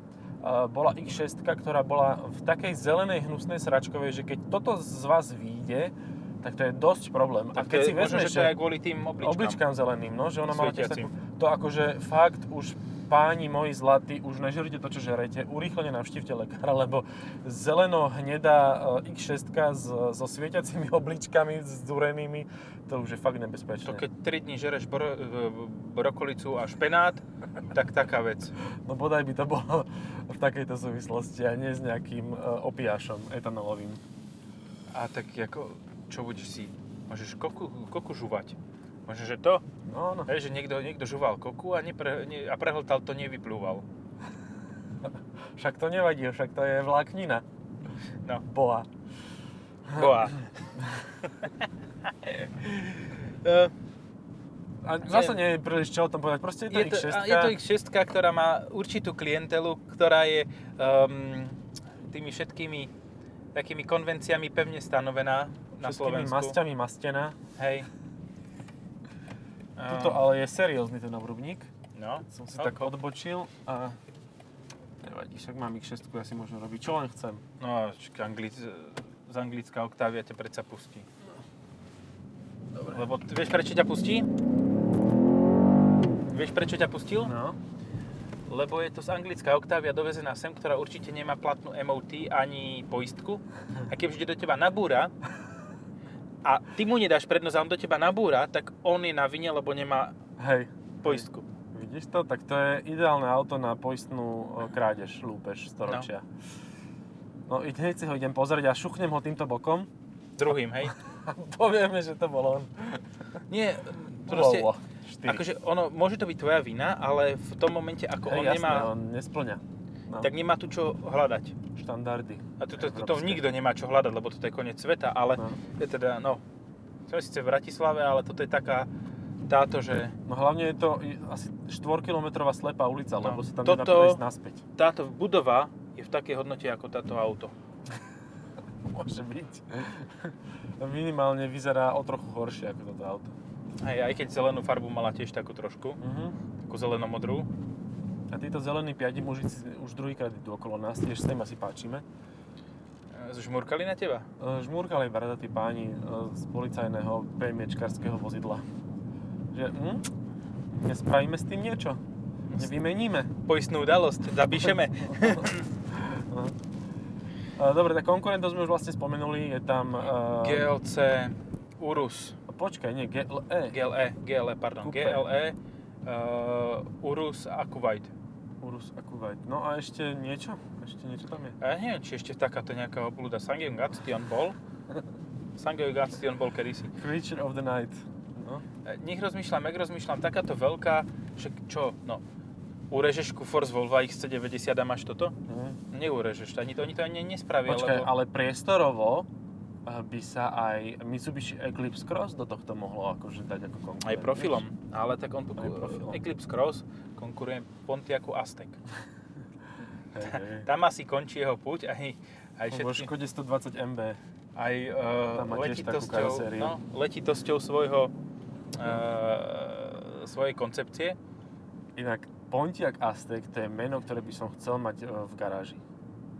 [SPEAKER 2] bola X6, ktorá bola v takej zelenej hnusnej sračkovej, že keď toto z vás vyjde, tak to je dosť problém.
[SPEAKER 1] Tak
[SPEAKER 2] A keď
[SPEAKER 1] to
[SPEAKER 2] si
[SPEAKER 1] je- možno,
[SPEAKER 2] vezmeš,
[SPEAKER 1] že to je aj kvôli tým obličkám.
[SPEAKER 2] obličkám zeleným, no, že ona mala tiež
[SPEAKER 1] Svietiacim.
[SPEAKER 2] takú, to akože fakt už páni moji zlatí, už nežerite to, čo žerete, urýchlene navštívte lekára, lebo zeleno-hnedá e, X6 s, so svietiacimi obličkami, zdúrenými, to už je fakt nebezpečné.
[SPEAKER 1] To keď 3 dní žereš bro, e, brokolicu a špenát, tak taká vec.
[SPEAKER 2] No bodaj by to bolo v takejto súvislosti a nie s nejakým e, opiašom etanolovým.
[SPEAKER 1] A tak ako, čo budeš si? Môžeš koku, koku žuvať. Možno, že to?
[SPEAKER 2] No, no.
[SPEAKER 1] Hej, že niekto, niekto žuval koku a, nepre, ne, a prehltal to, nevyplúval.
[SPEAKER 2] Však to nevadí, však to je vláknina.
[SPEAKER 1] No.
[SPEAKER 2] Boha.
[SPEAKER 1] Boa. Eh,
[SPEAKER 2] A zase nie je príliš čo o tom povedať. Proste je to
[SPEAKER 1] je, to,
[SPEAKER 2] X6.
[SPEAKER 1] a je to X6, ktorá má určitú klientelu, ktorá je um, tými všetkými takými konvenciami pevne stanovená na
[SPEAKER 2] Všetkými
[SPEAKER 1] Slovensku.
[SPEAKER 2] masťami mastená.
[SPEAKER 1] Hej.
[SPEAKER 2] Tuto
[SPEAKER 1] Ehm,
[SPEAKER 2] ale je seriózny ten obrubník.
[SPEAKER 1] no.
[SPEAKER 2] Som si
[SPEAKER 1] No,
[SPEAKER 2] tak odbočil a... Nevadí, však mám X6, ja si môžem robiť čo len chcem.
[SPEAKER 1] No, čak anglic, z anglická Octavia ťa predsa pustí. Dobre. Lebo t- vieš, prečo ťa pustí? Vieš, prečo ťa pustil?
[SPEAKER 2] No.
[SPEAKER 1] Lebo je to z anglická Octavia dovezená sem, ktorá určite nemá platnú MOT ani poistku. A keď vždy do teba nabúra a ty mu nedáš prednosť a on do teba nabúra, tak on je na vine, lebo nemá
[SPEAKER 2] Hej.
[SPEAKER 1] poistku.
[SPEAKER 2] Vidíš to? Tak to je ideálne auto na poistnú e, krádež, lúpež storočia. No, no hneď si ho idem pozrieť a šuchnem ho týmto bokom
[SPEAKER 1] Druhým, hej?
[SPEAKER 2] a povieme, že to bolo on.
[SPEAKER 1] Nie, proste,
[SPEAKER 2] Volvo 4.
[SPEAKER 1] akože ono, môže to byť tvoja vina, ale v tom momente, ako
[SPEAKER 2] Hej,
[SPEAKER 1] on
[SPEAKER 2] jasné,
[SPEAKER 1] nemá,
[SPEAKER 2] on nesplňa. No,
[SPEAKER 1] tak nemá tu čo hľadať.
[SPEAKER 2] štandardy.
[SPEAKER 1] A tuto, tuto
[SPEAKER 2] Európske.
[SPEAKER 1] nikto nemá čo hľadať, lebo toto je koniec sveta, ale
[SPEAKER 2] No.
[SPEAKER 1] je teda, no, sme síce v Bratislave, ale toto je taká táto, že
[SPEAKER 2] No hlavne je to i- asi 4-kilometrová slepá ulica,
[SPEAKER 1] No,
[SPEAKER 2] lebo sa tam nedá
[SPEAKER 1] toto-
[SPEAKER 2] prejsť naspäť.
[SPEAKER 1] táto budova je v takej hodnote ako táto auto.
[SPEAKER 2] Môže byť. Minimálne vyzerá o trochu horšie ako toto auto.
[SPEAKER 1] Hej, aj keď zelenú farbu mala tiež takú trošku,
[SPEAKER 2] Mhm.
[SPEAKER 1] takú zeleno-modrú.
[SPEAKER 2] A títo zelení piadi muži si už druhýkrát idú okolo nás, tiež s tým asi páčime.
[SPEAKER 1] E, Zžmurkali na teba?
[SPEAKER 2] E, Žmurkali bradatí páni e, z policajného premiečkarského vozidla. Že, hm, nespravíme s tým niečo. Nevymeníme.
[SPEAKER 1] Poistnú udalosť, zapíšeme.
[SPEAKER 2] No. E, Dobre, tak konkurentov sme už vlastne spomenuli, je tam... e,
[SPEAKER 1] GLC Urus, E,
[SPEAKER 2] Počkaj, nie, E, GLE.
[SPEAKER 1] GLE, GLE, pardon,
[SPEAKER 2] Coupe.
[SPEAKER 1] GLE, uh, Urus a Kuwait.
[SPEAKER 2] Urus a Kuwait. No a ešte niečo? Ešte niečo tam je?
[SPEAKER 1] A ja neviem, či ešte takáto nejaká obľúda. Sangyong Gatstion bol. Sangyong Gatstion bol kedysi.
[SPEAKER 2] Creature of the Night. No.
[SPEAKER 1] E, Nech rozmýšľam, jak rozmýšľam, takáto veľká, však čo, no, urežeš kufor z Volvo XC90 a máš toto?
[SPEAKER 2] Mhm.
[SPEAKER 1] Neurežeš, to ani to, oni to ani nespravia,
[SPEAKER 2] Počkaj,
[SPEAKER 1] lebo...
[SPEAKER 2] ale priestorovo e, by sa aj Mitsubishi Eclipse Cross do tohto mohlo akože dať ako konkurent.
[SPEAKER 1] Aj profilom,
[SPEAKER 2] vieš?
[SPEAKER 1] ale tak on tu
[SPEAKER 2] Aj profilom.
[SPEAKER 1] Eclipse Cross konkuruje Pontiacu Aztec.
[SPEAKER 2] Hej, hej.
[SPEAKER 1] Tam asi končí jeho púť aj, aj
[SPEAKER 2] Vo
[SPEAKER 1] všetkým,
[SPEAKER 2] Škode 120 MB.
[SPEAKER 1] aj
[SPEAKER 2] No, Tam má
[SPEAKER 1] uh,
[SPEAKER 2] tiež takú
[SPEAKER 1] letitosťou,
[SPEAKER 2] karosériu.
[SPEAKER 1] no, letitosťou svojho, uh, svojej koncepcie.
[SPEAKER 2] Inak Pontiac Aztec to je meno, ktoré by som chcel mať e, v garáži.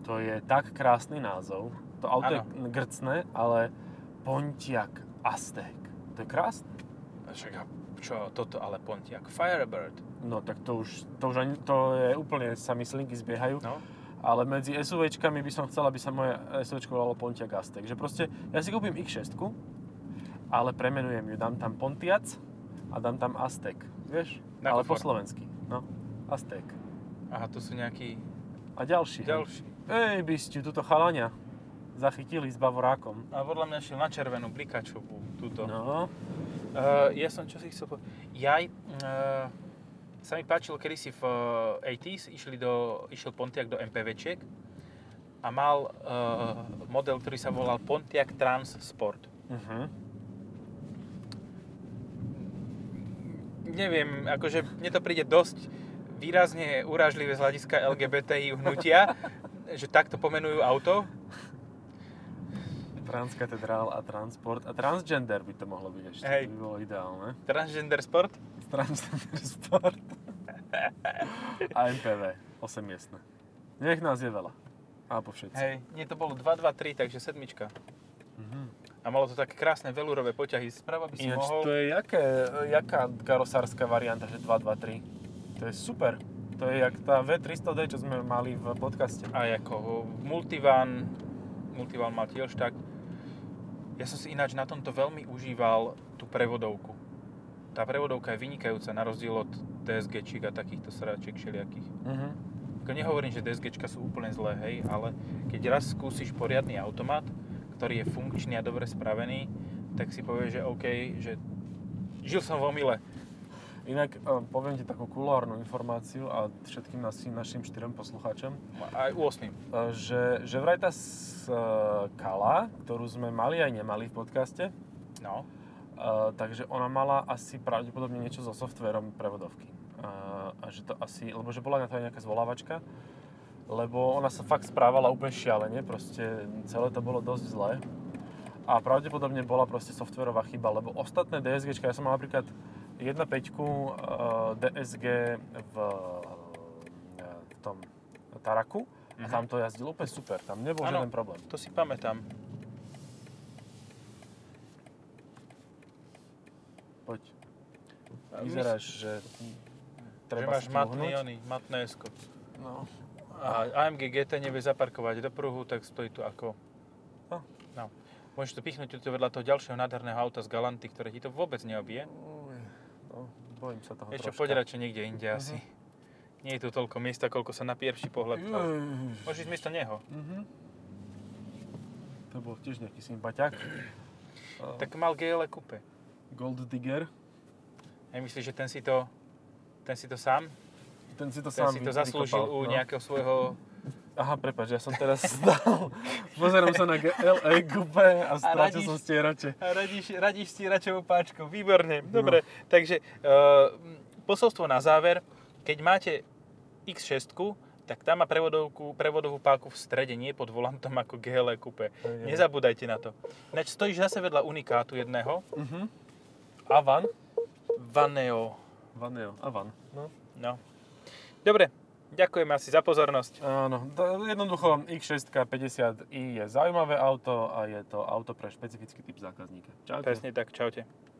[SPEAKER 2] To je tak krásny názov. To auto je
[SPEAKER 1] Áno.
[SPEAKER 2] grcné, ale Pontiac Aztec. To je krásne.
[SPEAKER 1] A Však a čo, toto ale Pontiac Firebird.
[SPEAKER 2] No tak to už, to už ani, to je úplne, sa mi slinky zbiehajú.
[SPEAKER 1] No.
[SPEAKER 2] Ale medzi SUVčkami by som chcel, aby sa moje SUVčko volalo Pontiac Aztec. Že proste, ja si kúpim X6, ale premenujem ju. Dám tam Pontiac a dám tam Aztec. Vieš?
[SPEAKER 1] Na
[SPEAKER 2] ale po
[SPEAKER 1] kufor.
[SPEAKER 2] slovensky. No. Aztec.
[SPEAKER 1] Aha, tu sú nejakí
[SPEAKER 2] A ďalší. hej.
[SPEAKER 1] ďalší.
[SPEAKER 2] Ej, by ste tuto chalania zachytili s bavorákom.
[SPEAKER 1] A podľa mňa šiel na červenú blikačovú, túto. No.
[SPEAKER 2] No.
[SPEAKER 1] ja som čo si chcel povedať. Jaj, uh, sa mi páčilo kedysi v eh, 80s, išli do, išiel Pontiac do MPVčiek a mal eh, model, ktorý sa volal Pontiac Trans Sport.
[SPEAKER 2] Uh-huh.
[SPEAKER 1] Neviem, akože mne to príde dosť výrazne urážlivé z hľadiska LGBTI hnutia, že takto pomenujú auto.
[SPEAKER 2] Transkatedrál a transport. A transgender by to mohlo byť ešte.
[SPEAKER 1] Hej.
[SPEAKER 2] To by bolo ideálne.
[SPEAKER 1] Transgender Sport.
[SPEAKER 2] Transgender sport. A MPV, 8 miestne. Nech nás je veľa. A po všetci.
[SPEAKER 1] Hej, nie, to bolo 2, 2, 3, takže sedmička.
[SPEAKER 2] Mhm.
[SPEAKER 1] A malo to také krásne velurové poťahy. Sprava by si
[SPEAKER 2] Ináč
[SPEAKER 1] mohol...
[SPEAKER 2] to je jaké, jaká karosárska varianta, že 223? To je super. To je jak tá V300D, čo sme mali v podcaste.
[SPEAKER 1] Aj ako multivan, multivan mal tiež tak. Ja som si ináč na tomto veľmi užíval tú prevodovku. Tá prevodovka je vynikajúca na rozdiel od DSG a takýchto sračiek všelijakých.
[SPEAKER 2] Mhm.
[SPEAKER 1] Ako nehovorím, že DSG sú úplne zlé, hej, ale keď raz skúsiš poriadny automat, ktorý je funkčný a dobre spravený, tak si povieš, že OK, že žil som v omyle.
[SPEAKER 2] Inak e, poviem ti takú kulárnu informáciu a všetkým nasi, našim štyrom poslucháčom, e,
[SPEAKER 1] Aj u 8.
[SPEAKER 2] že, že vraj tá s- e, kala, ktorú sme mali aj nemali v podcaste,
[SPEAKER 1] No.
[SPEAKER 2] Uh, takže ona mala asi pravdepodobne niečo so softverom prevodovky. Uh, a že to asi, lebo že bola na to aj nejaká zvolávačka, lebo ona sa fakt správala úplne šialene, proste celé to bolo dosť zlé. A pravdepodobne bola proste softverová chyba, lebo ostatné DSG, ja som mal napríklad 1.5 uh, DSG v, uh, v tom Taraku
[SPEAKER 1] Mhm.
[SPEAKER 2] a tam to jazdilo úplne super, tam nebol
[SPEAKER 1] Áno.
[SPEAKER 2] žiaden problém.
[SPEAKER 1] To si pamätám.
[SPEAKER 2] Poď,
[SPEAKER 1] A
[SPEAKER 2] vyzeráš, že
[SPEAKER 1] že
[SPEAKER 2] treba
[SPEAKER 1] máš
[SPEAKER 2] si tu
[SPEAKER 1] matný,
[SPEAKER 2] uhnúť.
[SPEAKER 1] oný, matné esko.
[SPEAKER 2] No.
[SPEAKER 1] A AMG GT nevie zaparkovať do pruhu, tak stojí tu ako...
[SPEAKER 2] No.
[SPEAKER 1] No. Môžeš to pichnúť tu vedľa toho ďalšieho nádherného auta z Galanty, ktoré ti to vôbec neobije.
[SPEAKER 2] Uj, No, bojím sa toho
[SPEAKER 1] Ešte
[SPEAKER 2] troška. Mhm.
[SPEAKER 1] poderače niekde inde asi. Nie je tu toľko miesta, koľko sa na pierwší pohľad tvár.
[SPEAKER 2] Ježiš.
[SPEAKER 1] Môžeš ísť miesto neho.
[SPEAKER 2] Mhm. To bol tiež nejaký sympaťák.
[SPEAKER 1] Tak mal GL kupe.
[SPEAKER 2] Gold Digger.
[SPEAKER 1] Ja myslím, že ten si to, ten si to sám,
[SPEAKER 2] Ten si to
[SPEAKER 1] ten
[SPEAKER 2] sám
[SPEAKER 1] si
[SPEAKER 2] vy-
[SPEAKER 1] to zaslúžil
[SPEAKER 2] vykopal, no.
[SPEAKER 1] u nejakého svojho...
[SPEAKER 2] Aha, prepáč, ja som teraz stal. Pozerám sa na GLE Coupe a strátil
[SPEAKER 1] radíš?
[SPEAKER 2] som stierače.
[SPEAKER 1] Radíš, radíš stíračovú páčku, výborne, dobre. Takže uh, posolstvo na záver, keď máte X6, tak tam má prevodovku, prevodovú páku v strede, nie pod volantom ako E GLE kupe.
[SPEAKER 2] je.
[SPEAKER 1] Nezabúdajte na to. Ináč stojíš zase vedľa unikátu jedného
[SPEAKER 2] Mhm. Avan.
[SPEAKER 1] Vaneo.
[SPEAKER 2] Vaneo. A van. No.
[SPEAKER 1] No. Dobre, ďakujem asi za pozornosť.
[SPEAKER 2] Áno, to jednoducho X6 50i je zaujímavé auto a je to auto pre špecifický typ zákazníka. Čaute.
[SPEAKER 1] Presne tak, čaute.